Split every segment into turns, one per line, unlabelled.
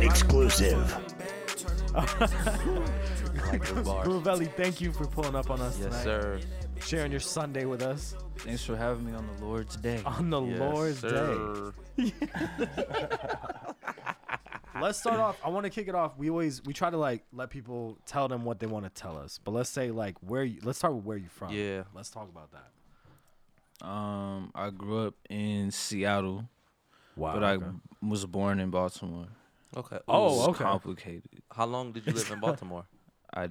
exclusive.
like those bars.
Gruvelli, thank you for pulling up on us
Yes,
tonight.
sir.
Sharing your Sunday with us
Thanks for having me on the Lord's Day.
on the
Yes,
Oh, Lord's Day.
sir.
Let's start off. I want to kick it off. We always we try to like let people tell them what they want to tell us. But let's say like where you let's start with where you from.
Yeah.
Let's talk about that.
Um, I grew up in Seattle,
Wow.
but
Ah, okay.
I was born in Baltimore.
Okay.
Oh,
Ooh.
It's
okay.
complicated.
How long did you live in Baltimore?
I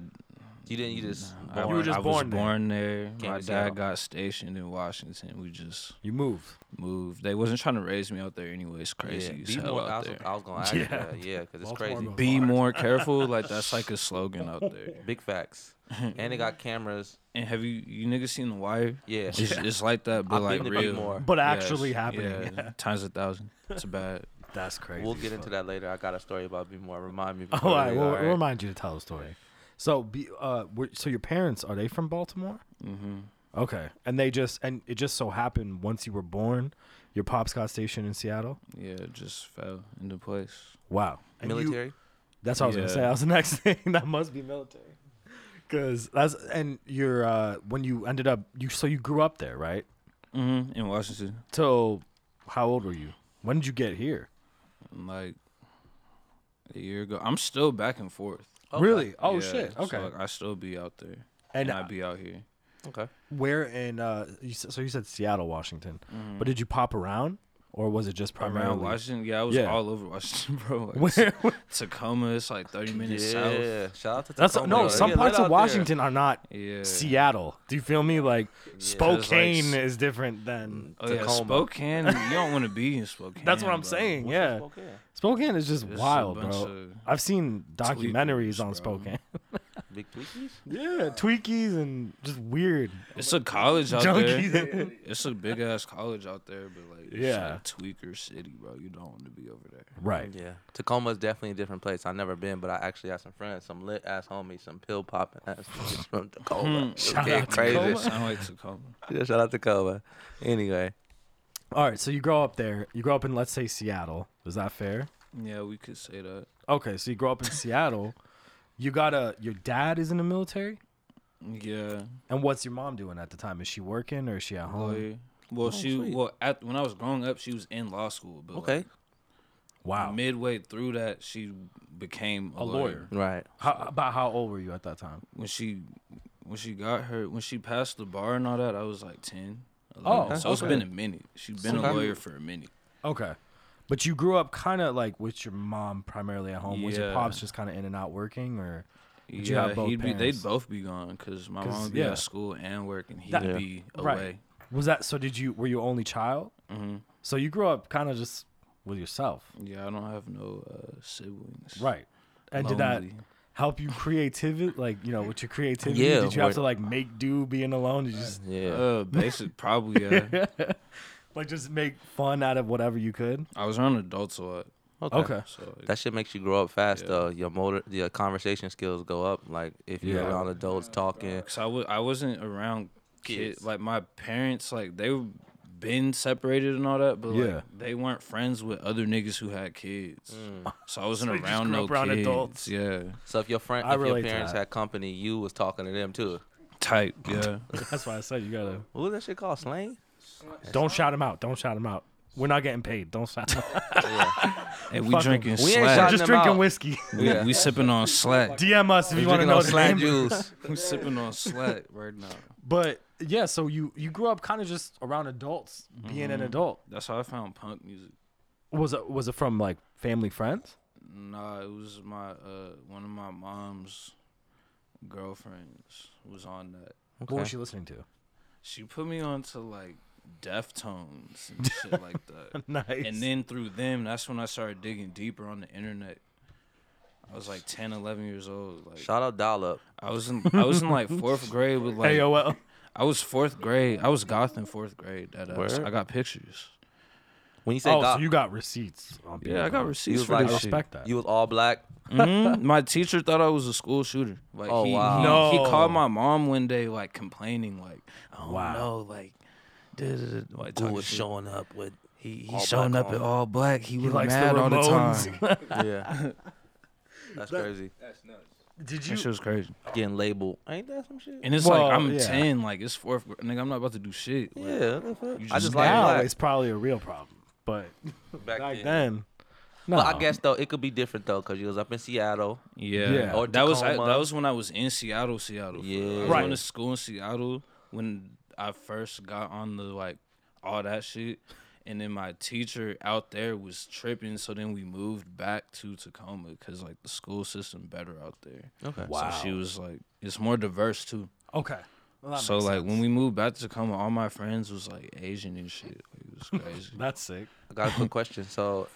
You didn't. You just.
I,
You were just
I
born
was
there.
born there.
Came
My dad
to Seattle.
got stationed in Washington. We just
you moved.
moved. They wasn't trying to raise me out there anyway. It's crazy
Yeah.
as
Be
hell
more. I
out
was,
there.
I was gonna ask yeah.
Yeah.
that. Yeah, because it's
Baltimore
crazy.
goes
Be
hard.
more careful. Like that's like a slogan out there.
Big facts. and they got cameras.
And have you you niggas seen The Wire?
Yeah.
It's, it's like that, but
I've
like
been to be
real.
more.
But actually happening.
yeah, times a thousand. It's bad.
That's crazy.
We'll get into that later. I got a story about Be More. Remind me.
Oh, all
before
right.
we-
We'll,
all
we'll remind you to tell the story. So, be, uh, were- so your parents are they from Baltimore?
Mm-hmm.
Okay, and they just and it just so happened once you were born, your pops got stationed in Seattle.
Yeah, it just fell into place.
Wow, And you-
Military.
that's what I was gonna
Yeah.
say. That was the next thing. that must be military, because that's and your uh, when you ended up you so you grew up there, right?
Mm-hmm. In Washington,
So, how old were you? When did you get here?
like a year ago. I'm still back and forth.
Okay.
Really? Oh
Yeah,
shit.
so,
Okay.
like, I still be out there,
and
and, I be out here.
Okay.
where in uh, you, s- so you said Seattle, Washington,
Mm-hmm.
but did you pop around or was it just primarily
Around Washington, yeah, I was
Yeah.
all over Washington, bro. Like,
Where-
Tacoma, it's like 30 minutes south.
Yeah. Shout out to
That's
Tacoma,
no.
bro.
Some
They get
parts
lit
of
out there.
Washington are not
Yeah.
Seattle. Do you feel me? Like
like,
Spokane
s-
is different than.
Oh, yeah,
Mm, Tacoma.
Spokane. you don't want to be in Spokane.
That's what I'm
bro.
saying.
What's
yeah,
this folk here?
Spokane is just
It's a
wild,
bunch
bro.
of
I've seen documentaries on
bro.
Spokane.
Big Tweakies.
yeah, tweakies and just weird.
It's a college out
Junkies.
there. It's a big ass college out there, but like, it's
Yeah.
like tweaker city, bro. You don't want to be over there.
Right.
Yeah, Tacoma is definitely a different place. I've never been, but I actually have some friends, some lit ass homies, some pill popping ass niggas from Tacoma. Mm. Shout
out
crazy.
Tacoma? Sound like Tacoma.
Yeah, shout out Tacoma. Anyway,
All right. So you grow up there. You grow up in let's say Seattle. Is that fair?
Yeah, we could say that.
Okay. So you grow up in Seattle. You got to Your dad is in the military.
Yeah,
And what's your mom doing at the time? Is she working or is
Oh,
she at home?
lawyer. Well, she
Oh. sweet.
well at, when I was growing up, she was in law school. But
okay,
like,
Wow.
midway through that, she became a,
A
lawyer.
lawyer.
right.
How, about how old were you at that time?
When she when she got her when she passed the bar and all that, I was like ten.
Oh,
11. so it's
okay.
been a minute. She's been
Okay.
a lawyer for a minute.
Okay. But you grew up kind of like with your mom primarily at home. Was your
Yeah.
pops just kind of in and out working or? Did you
yeah,
have both
he'd be.
parents?
They'd both be gone because my
'Cause,
mom would be
yeah.
at school and work, and he'd
That-
be
Right.
away.
Was that so? Did you were you only child?
Mm-hmm.
hmm
So you grew up kind of just with yourself,
Yeah, I don't have no uh, siblings.
right? And did that
Lonely.
help you creativity? Like you know, with your creativity,
Yeah,
did you have
what-
to like make do being alone? Did you just
Yeah,
Uh, basic, probably. Yeah,
like just make fun out of whatever you could?
I was around adults a lot.
okay.
Okay,
So
That shit makes you grow up fast
Yeah.
though. Your motor, your conversation skills go up. Like if you're
Yeah.
around adults talking.
Cause I was I wasn't around kids.
Kids.
Like my parents, like they were been separated and all that, but
Yeah.
like they weren't friends with other niggas who had kids. So I wasn't
So you just
around
grew
no
up around
kids.
adults.
Yeah,
So if your friend,
I
if your
relate to
parents
that.
had company, you was talking to them too.
type. Yeah,
that's why I said you gotta
What was that shit called? Slang?
don't shout him out. Don't shout him out. We're not getting paid. Don't shout. Him out.
and we
Fuck 'em.
drinking
We ain't
We're
slack.
shouting
just
them
drinking
out.
whiskey.
we, we sipping on slack.
DM us if you
You
want to
drinking
know
on
the
slang
name.
juice.
we sipping on slack right now.
But yeah, so you you grew up kind of just around adults, being
Mm-hmm.
an adult.
That's how I found punk music.
Was it was it from like family friends?
Nah, it was my uh one of my mom's girlfriends was on that.
What
Okay.
was she listening to?
She put me on to like Deftones and shit like that.
Nice.
And then through them, that's when I started digging deeper on the internet. I was like 10, 11 years old. Like
Shout out Dial Up.
I was in, I was in like fourth grade with like
AOL.
I was fourth grade. I was goth in fourth grade. That
Word.
I, I got pictures.
When you say
Oh,
God,
so you got receipts? On
Yeah, I got
receipts.
you
receipts
was
for
like,
this
Oh, I
shit.
respect that.
you was all black.
Mhm. My teacher thought I was a school shooter. Like
Oh,
he,
wow.
he, he
No.
called my mom one day like complaining like, "I don't
Wow.
know, like, duh, duh, duh, like
Who
talking
was
shit.
showing up with
He he
All
showing
black
up in
on.
all black. He
He
was
likes the
mad all the time.
Ramones.
Yeah. That's
That-
crazy.
Did
That shit was crazy.
Getting labeled. Ain't that some shit?
And it's
Well,
like I'm
yeah.
ten, like it's fourth grade. Nigga, I'm not about to do shit. Like,
Yeah, what the fuck?
You
I
just
just
now
like
it's probably a real problem, but
black back,
back
then.
then, no.
But I guess though it could be different though, cause you was up in Seattle.
Yeah,
Yeah.
Or
that was I,
Tacoma.
that was when I was in Seattle, Seattle. Yeah, I
Yeah.
was
Right.
going to school in Seattle when I first got on the like all that shit, and then my teacher out there was tripping. So then we moved back to Tacoma because like the school system better out there.
Okay.
Wow.
So she was like, it's more diverse too.
Okay. Well, that
so
makes
like
sense.
when we moved back to Tacoma, all my friends was like Asian and shit. Like, it was crazy.
that's sick.
I got a quick question. So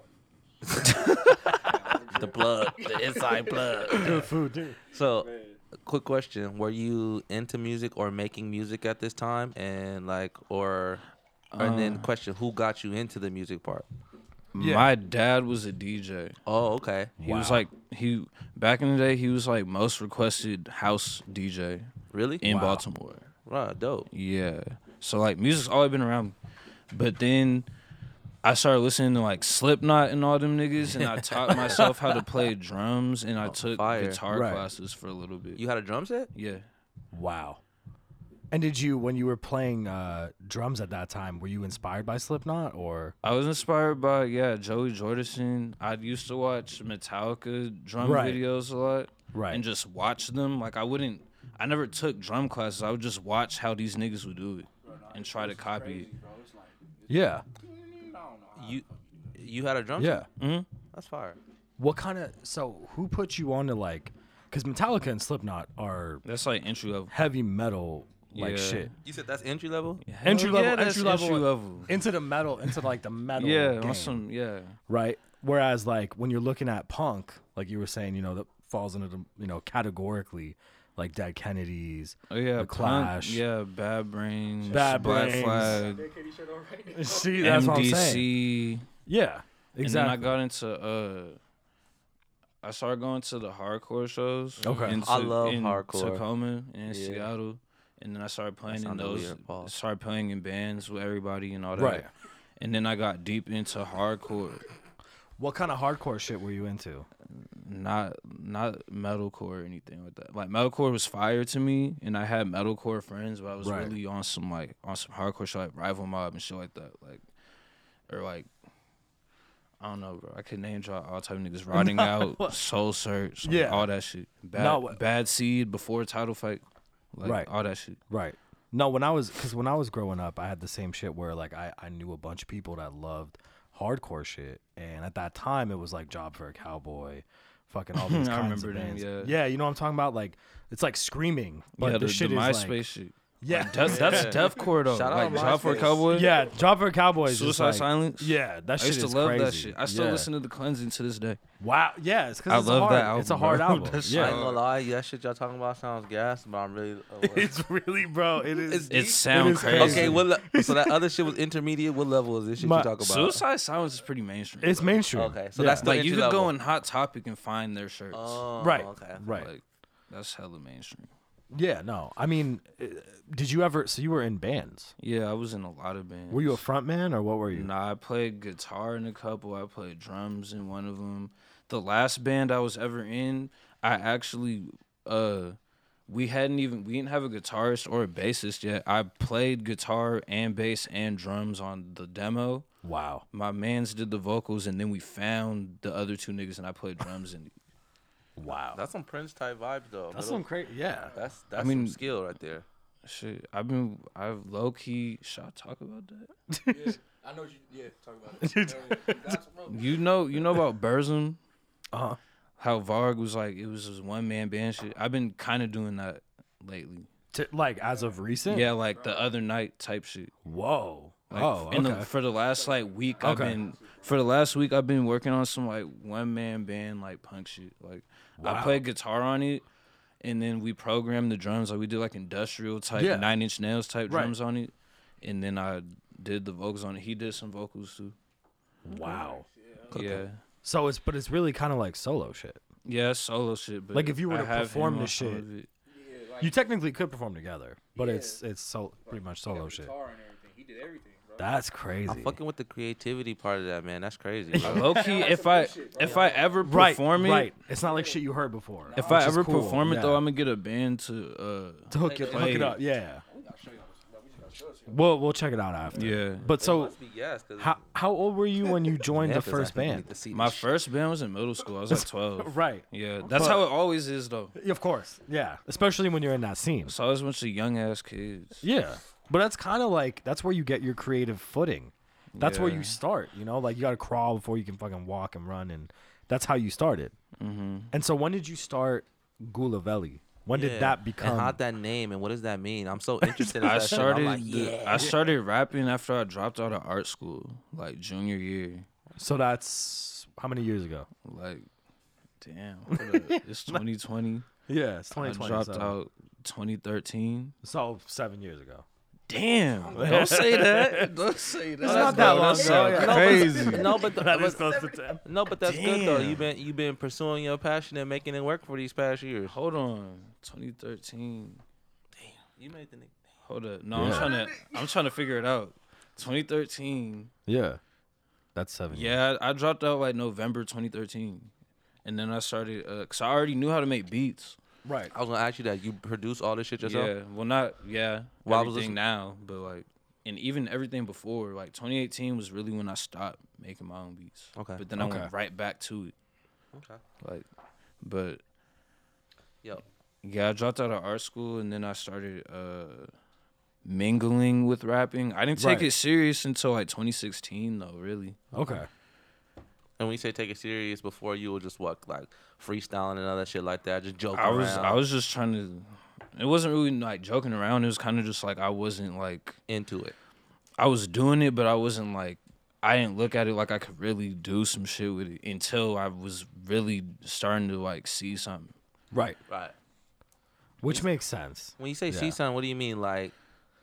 the plug, the inside plug.
Good food, dude.
So quick question. Were you into music or making music at this time? And like or and
Uh.
then question, who got you into the music part?
Yeah.
My dad was a DJ.
Oh, okay.
He was like he back in the day. He was like most requested house DJ
Really?
in
Wow.
Baltimore.
Wow, dope.
Yeah, so like music's always been around, but then I started listening to like Slipknot and all them niggas, and I taught myself how to play drums, and I took
fire.
guitar
Oh, Right.
classes for a little bit.
You had a drum set?
yeah,
Wow. And did you, when you were playing uh, drums at that time, were you inspired by Slipknot or?
I was inspired by yeah Joey Jordison. I used to watch Metallica drum
Right.
videos a lot,
Right.
and just watch them. Like I wouldn't, I never took drum classes. I would just watch how these niggas would do it and try to copy it.
Yeah.
You you had a drum
Yeah.
set?
Mm.
That's fire.
What kind of? So who put you on to like? Because Metallica and Slipknot are
That's like entry level.
heavy metal like
Yeah.
shit.
You said that's entry level? Yeah.
Entry
yeah,
level,
that's
entry level, Oh,
entry level.
into the metal, into like the metal.
Yeah,
game,
on some yeah.
right. Whereas like when you're looking at punk, like you were saying, you know that falls into the you know categorically, like Dead Kennedys.
Oh yeah,
The
Punk,
Clash.
yeah, Bad Brains,
Bad
Black
Brains.
Flag,
See,
MDC.
Yeah, exactly.
And then I got into uh, I started going to the hardcore shows.
Okay.
in
I
Ta-
love
in
hardcore.
Tacoma and in
Yeah.
Seattle, and then I started playing in
sounded
those.
weird, pause.
started playing in bands with everybody and all that.
Right.
And then I got deep into hardcore,
what kind of hardcore shit were you into?
not not metalcore or anything like that. Like metalcore was fire to me, and I had metalcore friends, but I was
Right.
really on some like on some hardcore shit, like Rival Mob and shit like that, like or like I don't know, bro. I could name drop all type of niggas, Rotting Out, Soul Search, like,
Yeah.
all that shit. Bad,
No, what-
bad Seed before title fight, like
Right.
all that shit.
Right. No, when I was because when I was growing up, I had the same shit where like I I knew a bunch of people that loved hardcore shit, and at that time it was like Job for a Cowboy, fucking all these
I
kinds of
remember them,
bands.
yeah.
you know what I'm talking about? Like it's like screaming, but
yeah,
the,
the,
shit
the
is
MySpace
like
shit.
yeah,
That's that's deathcore though.
Shout out
like Job for a
MySpace.
Cowboy,
yeah. Job for a Cowboy, is just,
Suicide
like-
Silence.
Yeah, that
I
shit
used to
is
love
crazy.
that shit. I still
Yeah.
listen to the cleansing to this day.
Wow, yeah, it's because
I
it's
love
hard.
that
It's a
album,
hard
bro.
album.
That's
I ain't
yeah,
gonna lie, that shit y'all talking about sounds gas, but I'm really.
it's really bro. It is.
It's-
It sounds
is
crazy.
crazy.
okay, what le- so that other shit was intermediate. What level is this shit
My-
you talk about?
Suicide Silence is pretty mainstream.
it's
bro.
mainstream.
Okay, so
Yeah.
that's the-
like you could
entry
go
level.
in Hot Topic and find their shirts.
Oh,
right,
Okay.
right.
Like that's hella mainstream.
Yeah, no. I mean, uh, did you ever? So you were in bands.
Yeah, I was in a lot of bands.
Were you a frontman or what were you?
Nah, I played guitar in a couple. I played drums in one of them. The last band I was ever in, I actually, uh, we hadn't even we didn't have a guitarist or a bassist yet. I played guitar and bass and drums on the demo.
Wow.
My man's did the vocals, and then we found the other two niggas, and I played drums. And
Wow.
That's some Prince type vibes though.
That's
bro.
some crazy. Yeah.
Uh-huh.
That's that's
mean-
some skill right there.
shit, I've been I've low key. Should I talk about that?
I know what you. Yeah, talk about it. That's real.
You know, you know about Burzum.
Uh-huh.
How Varg was like, it was this one man band shit. I've been kind of doing that lately.
T- like as of recent.
Yeah, like the other night type shit.
Whoa.
Like,
oh.
in the-
okay.
for the last like week, I've
Okay.
been for the last week I've been working on some like one man band like punk shit. Like I
Wow.
played guitar on it, and then we programmed the drums. Like we did like industrial type,
Yeah.
Nine Inch Nails type
Right.
drums on it, and then I did the vocals on it. He did some vocals too.
wow.
Yeah,
So it's but it's really kind of like solo shit.
yeah, it's solo shit. But
Like, if you were
I
to
have him
perform
on
this
some
shit-
of it.
Yeah, like
You technically could perform together, but it's it's so pretty much solo shit.
guitar and everything. He did everything, bro.
That's crazy.
I'm fucking with the creativity part of that, man. That's crazy. bro.
Low key, if I if I ever
right,
perform it,
right. It's not like shit you heard before.
if
which
I
is
ever
cool.
perform it
Yeah.
though, I'm gonna get a band to uh
to hook it, hook it
Play.
up. Yeah.
show y'all this. Bro, we just gotta show this here.
We'll we'll check it out after.
yeah.
But so
Must be gas, 'cause-
how how old were you when you joined
Yeah,
the
'cause I
first
can
band?
get to see
My
this shit.
first band was in middle school. I was like 12.
Right.
Yeah, that's how it always is though.
Of course. Yeah. Especially when you're in that scene.
It's always a bunch of young ass kids.
Yeah. But that's kind of like that's where you get your creative footing. That's where
Yeah.
you start, you know? Like you got to crawl before you can fucking walk and run and that's how you started. Mm-hmm. And so when did you start Gulavelli? When
Yeah.
did that become
And how'd that name and what does that mean? I'm so interested. in
I
that shit. I'm
started
like,
the-
yeah.
I started rapping after I dropped out of art school, like junior year.
So that's how many years ago?
Like damn, what a- it's 2020.
Yeah, it's
I
2020.
dropped
so,
out 2013.
so 7 years ago.
Damn, don't say that. Don't say that. It's
not that long ago, yeah.
Crazy.
No, but the, but-
close to 10.
no, but that's good though.
Damn.
You've been you've been pursuing your passion and making it work for these past years.
Hold on, 2013.
You made the nigga.
Hold up. No, I'm
Yeah.
trying to. I'm trying to figure it out. 2013.
Yeah. That's 7 years.
Yeah, I, I dropped out like November 2013, and then I started. Uh, Cause I already knew how to make beats.
Right.
I was gonna ask you that. You produce all this shit yourself?
Yeah. Well, not yeah.
Well, I was
everything
listening-
now, but like, and even everything before. Like 2018 was really when I stopped making my own beats.
Okay.
But then I
Okay.
went right back to it.
Okay.
Like, but
Yo.
Yeah, I dropped out of art school and then I started uh mingling with rapping. I didn't take
Right.
it serious until like 2016 though, really.
Okay.
And when you say take it serious, before you were just what like freestyling and all that shit like that, just joking
I was
around
I was just trying to it wasn't really like joking around. It was kind of just like I wasn't like
into it.
I was doing it, but I wasn't like I didn't look at it like I could really do some shit with it until I was really starting to like see something.
Right.
Right.
Which makes sense.
When you say
Yeah.
see something, what do you mean? Like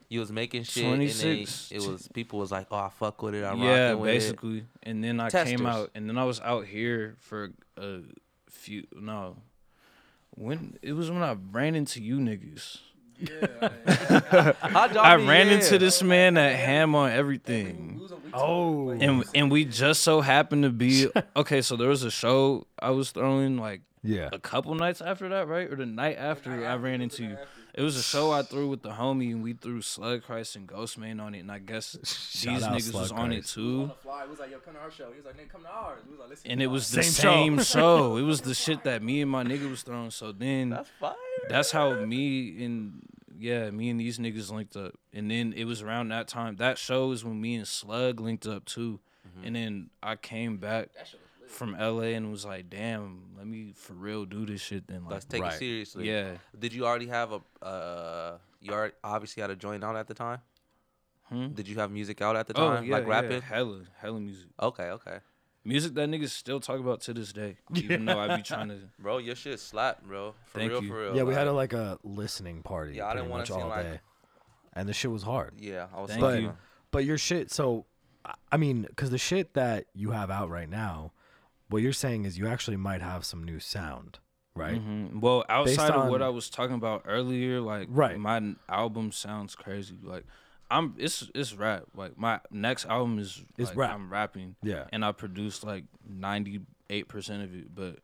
you was making shit and
26.
then it was people was like, Oh, I fuck with it, I
yeah,
rocking with it.
basically. And then I
Testers.
came out, and then I was out here for a few. No, when it was when I ran into you niggas.
How'd y'all
I
be-
ran
Oh, yeah.
into this man at Ham on everything.
We was on- we
Oh.
And and we just so happened to be okay. So there was a show I was throwing like
yeah.
a couple nights after that, right? Or the night after I ran into you. It was a show I threw with the homie, and we threw Slug Christ and Ghostman on it, and I guess these
out
niggas
Slug
was on it
Christ.
was on
too.
the fly. We was like, yo, come to our show. He was like, nigga, come to ours. We was like, listen.
and it was the
Same
same,
show.
show. It was the shit that me and my nigga was throwing. So then
That's fire.
that's how me and yeah, me and these niggas linked up. And then it was around that time. That show is when me and Slug linked up too.
Mm-hmm.
And then I came back from LA and was like, damn, let me for real do this shit then. Like,
Let's take
Right.
it seriously.
Yeah.
Did you already have a? Uh, you already obviously had a joint out at the time.
Hmm?
Did you have music out at the
Oh,
time,
yeah,
like rapping?
yeah, hella, hella music.
Okay, okay,
Music that niggas still talk about to this day, even though I be trying to.
bro, your shit slap, bro. For
Thank
real,
you.
for real.
Yeah, we had a,
like-
like a listening party.
Yeah, I
pretty
didn't wanna
much
seem
all
like-
day, and the shit was hard.
Yeah, I was.
Thank
like,
you.
But your shit, so I- I mean, because the shit that you have out right now, what you're saying is you actually might have some new sound, right?
Mm-hmm.
Mhm. Well, outside of what
on-
I was talking about earlier, like
Right.
my n- album sounds crazy. Like I'm it's it's rap. Like my next album is
It's
like,
rap.
I'm rapping.
Yeah.
And I produced like ninety eight percent of it, but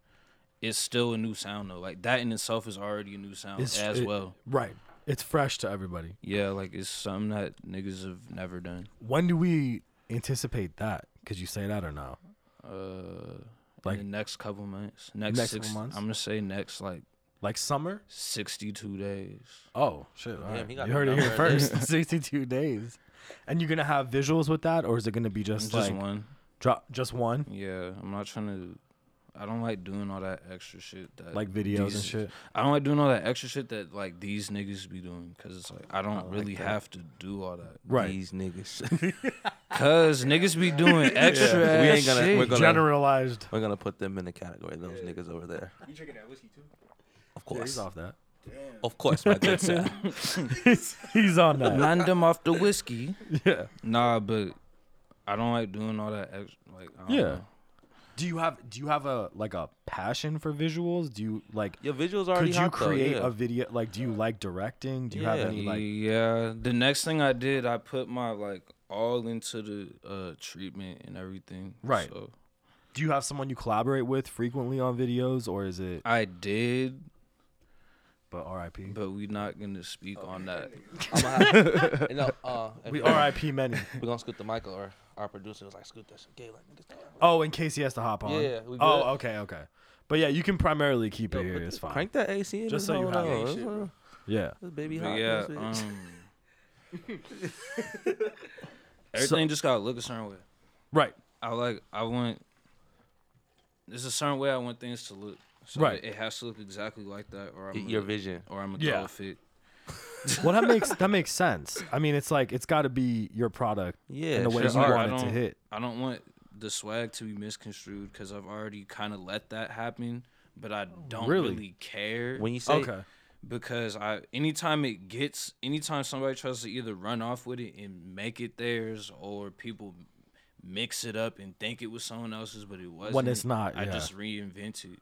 it's still a new sound though. Like that in itself is already a new sound
It's-
as
it-
well.
Right. It's fresh to everybody.
Yeah, like it's something that niggas have never done.
When do we anticipate that? Could you say that or no?
Uh
Like-
like the next couple months. Next,
Next
six
couple months?
I'm gonna say next like
Like summer?
sixty two days.
Oh shit! all
Damn,
right.
he got
You
the
heard it here
number.
first. Sixty-two days, and you're gonna have visuals with that, or is it gonna be just,
Just
like
one.
drop just one,
Yeah, I'm not trying to. I don't like doing all that extra shit. That
like videos and
these-
shit?
I don't like doing all that extra shit that like these niggas be doing because it's like I don't really have to do all that.
Right.
These niggas.
Cause niggas be doing extra
We
ass
ain't gonna-
shit.
we're gonna-
Generalized.
We're gonna put them in the category. Those niggas over there.
You drinking that whiskey too?
Of
Yeah,
course.
he's off that.
of course, my good sir.
He's on that.
Land them off the whiskey.
yeah.
Nah, but I don't like doing all that extra. Like I don't
Yeah.
know.
Do you have do you have a like a passion for visuals? Do you like
Your visuals already.
could you
hot, though,
create
yeah.
a video like do you like directing? Do you have
Yeah.
any like
yeah. The next thing I did, I put my like all into the uh, treatment and everything.
Right.
So
Do you have someone you collaborate with frequently on videos, or is it?
I did,
But R.I.P.
but we're not gonna speak on that.
I'm gonna have, you know, uh, if
We
we are
R.I.P. many.
we gonna scoot the mic or our producer was like scoot that shit. Gay like niggas. don't have-
Oh, in case he has to hop on.
Yeah, we good.
Oh, okay, okay. But yeah, you can primarily keep
Yo,
it here.
put
It's
the-
fine.
Crank that AC. In
Just
this
so you
hole,
have
though.
it.
It's, uh,
Yeah.
it's baby
But
hot.
yeah.
this bitch.
Um, everything just gotta look a certain way.
Right.
I like. I want. There's a certain way I want things to look. So
Right.
It, it has to look exactly like that, or I'm
Y- your
gonna-
vision.
or I'm a
Yeah.
yeah. fit.
Well, that makes that makes sense. I mean, it's like it's got to be your product
Yeah,
in the way
sure.
you
Alright,
want
I
it to
don't-
hit.
I don't want the swag to be misconstrued because I've already kind of let that happen, but I don't
Really? Oh,
really, care
When you say
because I anytime it gets anytime somebody tries to either run off with it and make it theirs or people mix it up and think it was someone else's but it wasn't.
it's not,
I
yeah.
just reinvent it.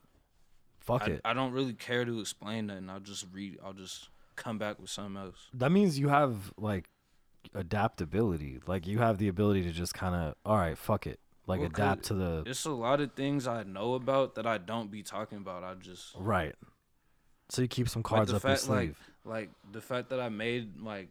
Fuck
I,
it.
I don't really care to explain nothing. I'll just read. I'll just come back with something else.
that means you have like adaptability. Like you have the ability to just kind of, all right, fuck it. Like
Well, 'cause
adapt to the
It's a lot of things I know about that I don't be talking about. I just
right. So you keep some
like
cards
the
up
fact
your
like
sleeve.
like the fact that I made like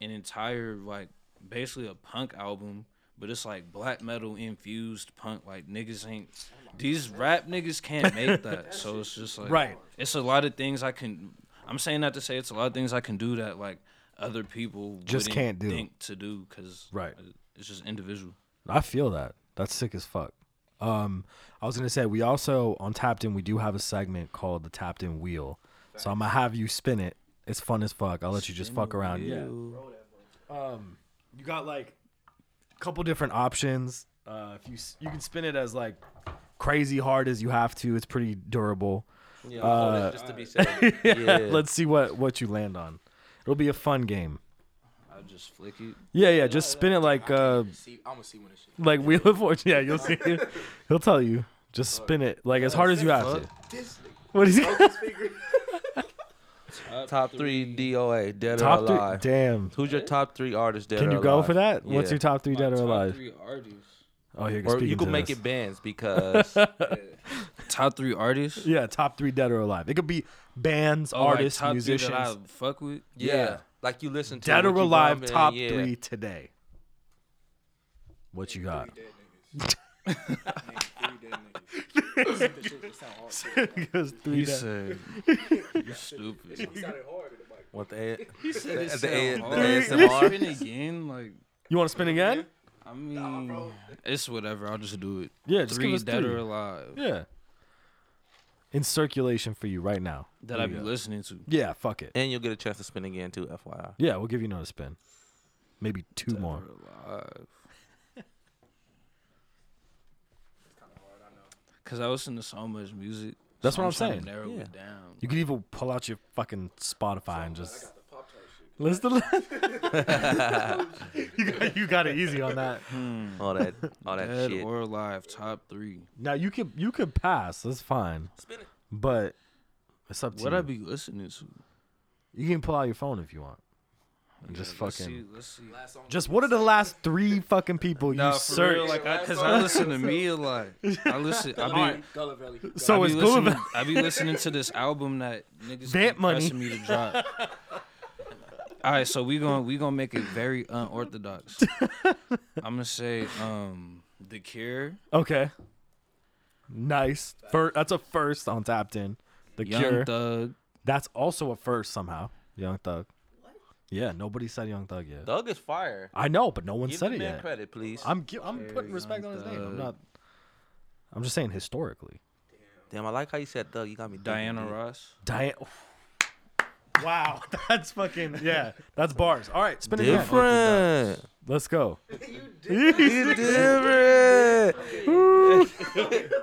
an entire like basically a punk album, but it's like black metal infused punk. Like niggas ain't these rap niggas can't make that. so it's just like
Right.
It's a lot of things I can. I'm saying that to say it's a lot of things I can do that like other people
Just
wouldn't
can't do.
think to do because
Right.
It's just individual.
I feel that. That's sick as fuck. Um, I was gonna say we also on Tapped In we do have a segment called the Tapped In Wheel. So I'm gonna have you spin it. It's fun as fuck. I'll let you just fuck around. Yeah. Um, you got like a couple different options. Uh, if you s- you can spin it as like crazy hard as you have to. It's pretty durable.
yeah,
Uh,
oh, that's just to be said. yeah.
Let's see what what you land on. It'll be a fun game.
I just flick it.
Yeah, yeah. Just spin it like uh
See, I'm gonna see when this shit.
like Wheel of Fortune. Yeah, you'll see. He'll tell you. Just spin it like as hard as you have to.
This nigga
What is
focus figure.
Top three DOA dead or
top
alive.
three? Damn.
Who's your top three artists dead
Can
or
you go
alive?
for that? What's
Yeah.
your top three dead or
Top
alive?
three artists.
Oh, here
Or you can make it bands because
Top three artists.
Yeah, top three dead or alive. It could be bands,
Oh, like,
artists,
top three
musicians.
that I fuck with.
yeah,
Yeah.
like you listen to
dead
what
or
you
alive,
bumping,
top
yeah.
three today. What you got?
Dead niggas. Nigga, three dead niggas. This shit just sound hard.
Because three
You
dead-
said you stupid.
He sounded hard in the mic.
What the? A-
said
it the A- sound the hard. ASMR.
ASMR again. Like
You want to spin again?
I mean, it's whatever. I'll just do it.
Yeah, just
three
give us
dead
three.
or alive
Yeah. In circulation for you right now.
that I be listening to.
Yeah, fuck it.
and you'll get a chance to spin again too. FYI.
Yeah, we'll give you another spin. Maybe two more.
Or alive. Cause I listen to so much music.
That's
so
what
I'm
I'm saying.
trying To narrow
Yeah.
it down.
You could even pull out your fucking Spotify and just
The pop tart shit.
list the list. you, got, you got it easy on that.
All that, all that
Dead
shit.
or alive, top three.
Now you could you could pass. That's fine.
Spin it.
But it's up to
What
you.
I be listening to?
you can pull out your phone if you want. And just
Like, let's
fucking.
see- let's see.
Last song.
Just what are the last three fucking people you
Nah, for
search?
real, like, I, cause I listen to me a lot. I listen. I be,
Gullah Valley.
so
I
it's
be
cool.
listening, I be listening to this album that niggas
Vamp
keep
money.
pressing me to drop. All right, so we going we gonna make it very unorthodox. I'm gonna say um the Cure,
Okay. Nice. Fir- that's a first on Tapped In. The
Young
Cure.
Thug.
That's also a first somehow. Young Thug. Yeah, nobody said Young Thug yet.
Thug is fire.
I know, but no one
Give
said
the
it
man
yet.
credit, please.
I'm gi- I'm putting respect on his name. I'm
Thug.
not. I'm just saying historically.
Damn, I like how you said Thug. You got me. thinking,
Diana
dude.
Ross.
Diane. Wow, that's fucking yeah. That's bars. All right, spin it again.
Different.
Let's go.
Different.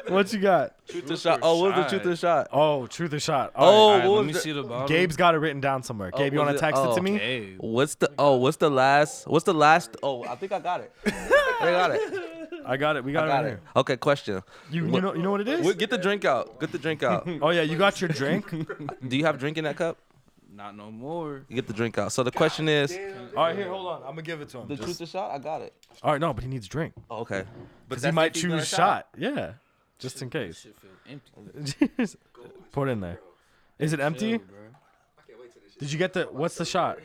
What you got?
Truth or shot? Oh, what was the
shot.
truth or shot?
Oh, truth or shot.
Oh,
All
All
right.
right,
what
let
was
me
the-
see the bottle.
Gabe's got it written down somewhere. Gabe, you
was
want to
it-
text it,
oh,
to me?
Gabe.
What's the oh? What's the last? What's the last? Oh, I think I got it. I got it.
I got it. We
I
got,
got
it.
it.
Right
Okay, question.
here. You, you
What-
know you know what it is?
Well, get the drink out. Get the drink out.
Oh yeah, you got your drink.
Do you have drink in that cup?
Not no more.
You get the drink out. So the question is,
All right, here, hold on. I'm gonna give it to him.
the truth is shot. I got it.
all right, no, but he needs a drink.
Oh, okay.
Because he
that's
might
if he's gonna
choose
shot.
shot. Yeah, just in case.
Shit feel empty.
Just Pour it in there. Is it empty? Did you get the? What's the shot?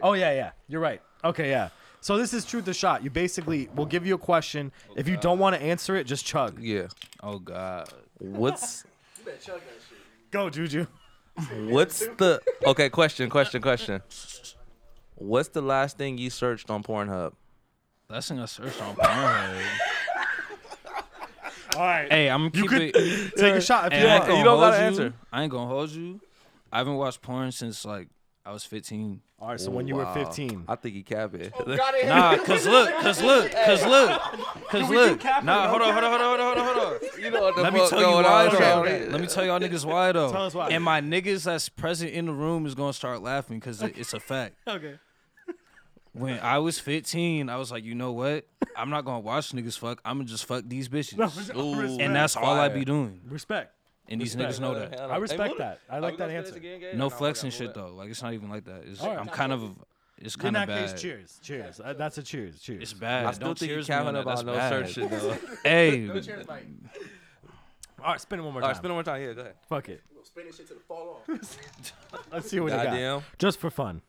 Oh yeah, yeah. You're right. Okay, yeah. So this is truth or shot. You basically, we'll give you a question. If you don't want to answer it, just chug.
Yeah.
Oh God.
What's
Go, Juju.
what's the okay? Question. Question. Question. What's the last thing you searched on Pornhub?
Last thing I searched on Pornhub.
All right.
hey, I'm gonna
you
keep
could
it.
take a shot if
Hey,
you
I ain't
want.
gonna
you don't
hold
gotta
you.
answer.
I ain't gonna hold you. I haven't watched porn since like I was 15.
All right. So when you
Wow.
were 15,
I think he cabbed.
Oh, Nah, cause look, cause look, cause look, cause look. Nah, hold on, hold on, hold on, hold on, hold on, hold on.
You know what the
Let me
fuck
tell you
going
why.
on,
though.
Charlie.
Let me tell y'all niggas why though.
Tell us why.
And my niggas that's present in the room is gonna start laughing because it's a fact.
Okay.
When I was 15, I was like, you know what? I'm not gonna watch niggas fuck. I'm gonna just fuck these bitches.
Ooh.
and that's all I
Fire.
be doing.
respect.
And these
Respect.
niggas know that.
I respect that. I like that answer.
No flexing shit though. Like it's not even like that. It's,
Alright.
I'm kind of. It's
In
kind of
that
bad.
case, cheers. Cheers. Uh, that's a cheers. Cheers.
It's bad.
I still
Don't
think you
cheers me on
cabbing
that. That's
about no
bad.
search shit though. All
Hey,
All right, spin it one more time.
right, spin it one more time. Yeah, go ahead.
Fuck it.
Spin this shit till it fall off.
Let's see what you got.
Goddamn.
Just for fun.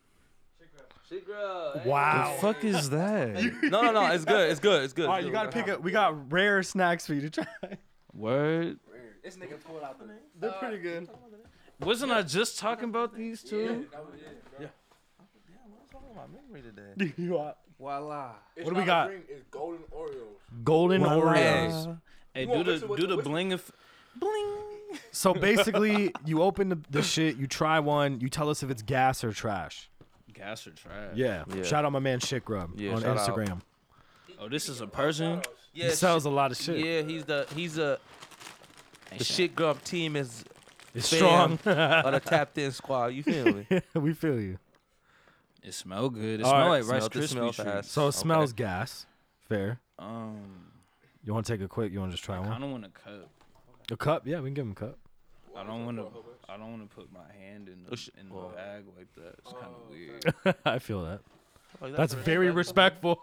Wow.
the fuck is that?
No, no, no. It's good. It's good. It's good.
All right, you gotta pick up. We got rare snacks for you to try.
Word.
This nigga pulled out the. Uh,
They're pretty good.
Wasn't I just talking about these two?
you are
Voila.
What do we got?
It's golden Oreos.
golden
Well,
Oreos.
Hey,
want
do the
whistle with
do
the
the
whistle?
bling of bling.
So basically, you open the, the shit, you try one, you tell us if it's gas or trash.
Gas or trash?
Yeah.
Yeah.
Shout out my man Shit Grub
Yeah,
on
shout out.
Instagram.
Oh, this is a Persian.
He sells a lot of shit.
Yeah, he's the he's a the shit grub team is
It's
fam
strong.
of the tapped in squad. You feel me?
we feel you.
It smell good. It
All
smell
right.
like Rice
Smelt the smell
Krispie treats.
fast.
So it
Okay.
smells gas. Fair.
Um,
You want to take a quick? You want to just try
I
one?
don't want a cup.
A cup? Yeah, we can give him a cup.
I don't want to. I don't want to put my hand in
Oh,
the,
shit.
in
Whoa.
the bag like that. It's kind
Oh,
of weird.
I feel that.
Oh,
That's very respectful.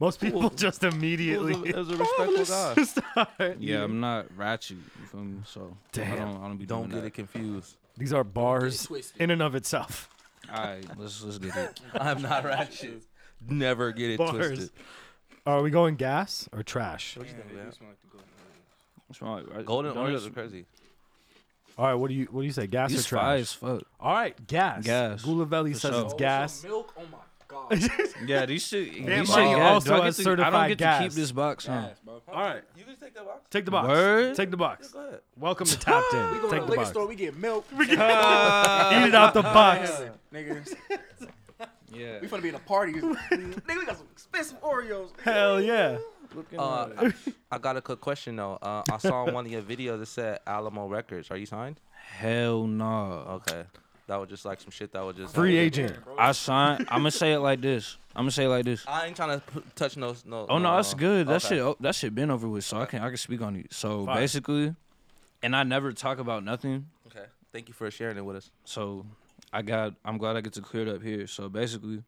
Most people just
It was, a,
immediately.
it was a respectful guy.
start
Yeah,
eating.
I'm not ratchet. You feel me? So I
Damn.
don't, I don't be
Don't
doing
get it confused.
These are bars
twisted.
in and of itself.
that. All right, let's let's get it.
I'm not ratchet. Never get it
Bars.
twisted.
Are we going gas or trash?
What you think, man?
It's my right-
Golden
don't
Oreos
it's-
are crazy.
All right, what do you what do you say? Gas
These
or
fry
trash?
as fuck.
All right, gas.
Gas,
Gulavelli
for
says
sure.
it's gas.
Milk. Oh my god.
Yeah, these shit. these shit
Money
gas.
also
Do I,
has
get to, I
certified
don't get to
gas.
keep this box, huh?
bro.
All right,
You can take that box.
take the box.
Word?
Take the box.
Go ahead.
Welcome to Tapped
We
In.
go to
Take
the
the
liquor
box.
store. We get milk.
Eat it out the box.
Nigga,
Yeah.
we finna be in a party. Nigga, we got some expensive Oreos.
Hell yeah.
Uh, I, I got a quick question though. Uh, I saw in one of your videos that said Alamo Records. Are you signed?
Hell no.
Okay. That was just like some shit that was just
Free agent.
I sign. I'm gonna say it like this. I'm gonna say it like this.
I ain't trying to p- touch no no.
Oh no, that's good. That
Uh, Okay.
shit. Oh, that shit been over with. So I can I can speak on it. So
Fire.
basically, and I never talk about nothing.
Okay. Thank you for sharing it with us.
So I got I'm glad I get to clear it up here. So basically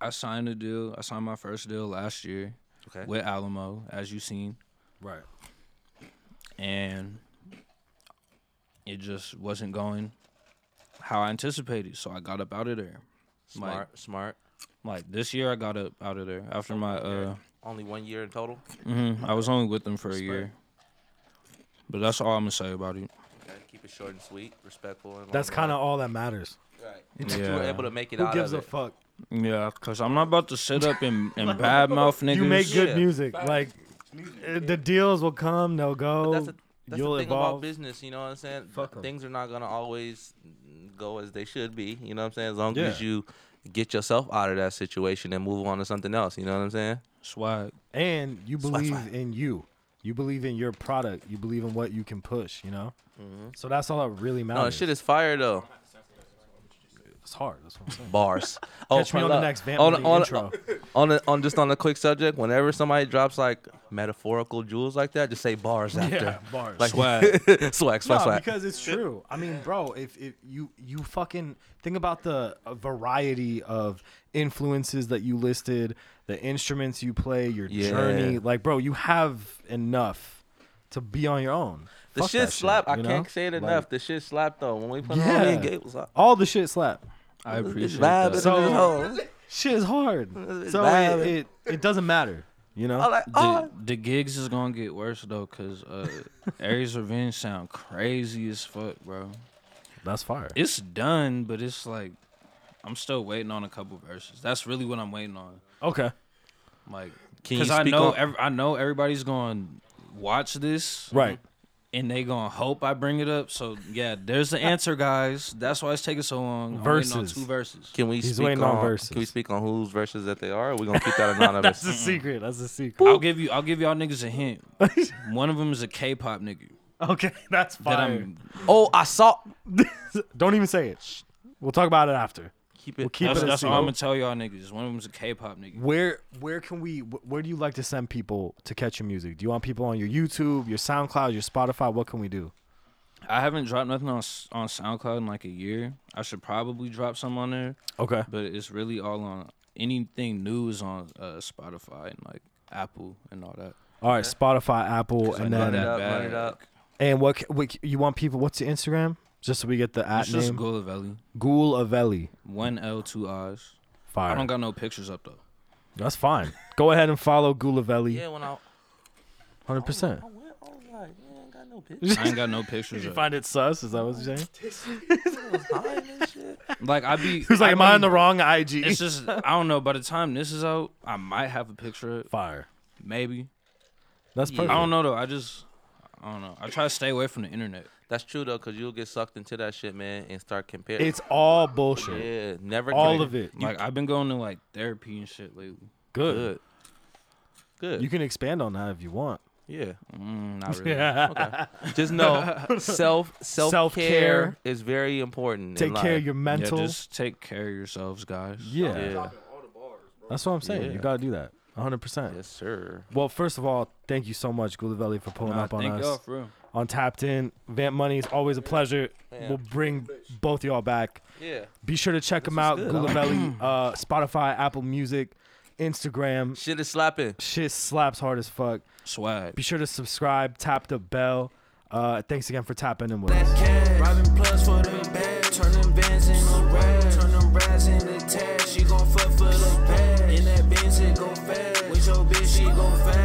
I signed a deal. I signed my first deal last year
Okay.
with Alamo, as you seen.
Right.
And it just wasn't going how I anticipated. So I got up out of there.
smart, smart.
Like this year I got up out of there after my uh
Only one year in total.
mhm, I was only with them for a year. But that's all I'm gonna say about it.
Okay. Keep it short and sweet, respectful. And
That's kind of all that matters.
Right. You were
Yeah,
able to make it
Who
out
gives
of
a
it.
fuck?
yeah, cause I'm not about to sit up and, and badmouth niggas.
You make good
Yeah.
music. Like uh, the deals will come, they'll
But
go.
that's the- that's
You'll
the thing about
evolve.
business. You know what I'm saying?
Fuck 'em.
Things are not gonna always go as they should be. You know what I'm saying? As long
Yeah.
as you get yourself out of that situation and move on to something else. You know what I'm saying?
swag.
and you
Swag,
believe
swag.
in you. You believe in your product. You believe in what you
Mm-hmm.
can push. You know. So that's all that really matters.
No, shit is fire though.
It's hard. That's what I'm saying.
bars. Oh,
Catch me
hold
on the
up.
next Vamp Money intro.
on a- on just on a quick subject. Whenever somebody drops like metaphorical jewels like that, just say bars after.
bars.
Like
Swag.
swag, swag,
No,
swag.
because it's true. I mean, bro, if, if you you fucking think about the uh, variety of influences that you listed, the instruments you play, your
Yeah.
journey, like, bro, you have enough to be on your own.
the
Fuck
shit
that
slap. I
you know?
can't say it
Like,
enough. The shit slap though. When we put it on, me
Yeah.
and Gabe was like,
all the shit slap.
I
"This bitch
appreciate
vibing in
that.
this
So-
hole."
Shit is hard. So
bad.
it, it it doesn't matter. You know.
I'm like,
the,
oh,
the gigs is gonna get worse though, cause uh, Aries Revenge sound crazy as fuck, bro.
That's fire.
It's done, but it's like I'm still waiting on a couple verses. That's really what I'm waiting on.
Okay.
Like,
Can you
cause I
speak
know
on-
ev- I know everybody's gonna watch this,
Right.
And they gonna hope I bring it up. So yeah, there's the answer, guys. That's why it's taking so long. I'm waiting on
Verses.
two verses.
Can we
He's
speak
waiting
on,
on verses.
Can we speak on whose verses that they are? Or we gonna keep that anonymous.
That's a secret. That's a secret.
I'll give you. I'll give y'all niggas a hint. One of them is a K-pop nigga
Okay, that's
that
fire.
I'm.
oh, I saw.
Don't even say it. We'll talk about it after.
Keep it.
We'll keep
That's,
it. a
that's all I'm
secret.
gonna tell y'all niggas. One of them's a K-pop nigga.
Where where can we wh- where do you like to send people to catch your music? Do you want people on your YouTube, your SoundCloud, your Spotify? What can we do?
I haven't dropped nothing on S- on SoundCloud in like a year. I should probably drop some on there,
Okay.
but it's really all on anything new is on uh, Spotify and like Apple and all that.
All right, Spotify, Apple, and
I know
Run it
then
up, run it
bag.
up.
and what, c- what c- you want people? What's your Instagram? Just so we get the at
It's just
name.
Gulavelli.
Ghoul Avelli.
One L, two R's. I
Fire.
don't got no pictures up though.
That's fine. Go ahead and follow Gulavelli.
Yeah, when I,
Hundred percent.
I went, I was like, man, I got no pictures.
I ain't got no pictures. up.
it sus? Is that what you're saying?
I was hiding and shit.
Like I be.
Who's like, am I
be-
on the wrong IG?
It's just I don't know. By the time this is out, I might have a picture. up,
fire.
Maybe.
That's
Yeah.
perfect.
I don't know though. I just I don't know. I try to stay away from the internet.
That's true though, cause you'll get sucked into that shit, man, and start comparing.
It's all bullshit.
yeah, never
All
compare.
of it. You-
Like I've been going to like therapy and shit lately.
Good, good.
You can expand on that if you want.
yeah,
Mm, not really.
just know self self care
Self-care.
is very important.
Take
in
care of
life.
your
Yeah,
mental. Yeah,
just take care of yourselves, guys.
yeah.
that's what I'm saying.
Yeah.
You gotta do that. 100. percent
Yes, sir.
Well, first of all, thank you so much, Gulavelli, for pulling
Nah,
up on
thank
us
y'all for real.
on Tapped In. Vamp Money is always a pleasure. We'll bring both y'all back.
Yeah,
Be sure to check them out.
good. I like
Gulavelli, uh, Spotify, Apple Music, Instagram.
shit is slapping.
Shit slaps hard as fuck.
Swag.
Be sure to subscribe, tap the bell. Uh, thanks again for tapping in with us.
Robbing plus for the bag, turning bands into rags, turn them rags into tags. She gon' fuck for the bag, in that Benz it go fast. With your bitch, she go fast.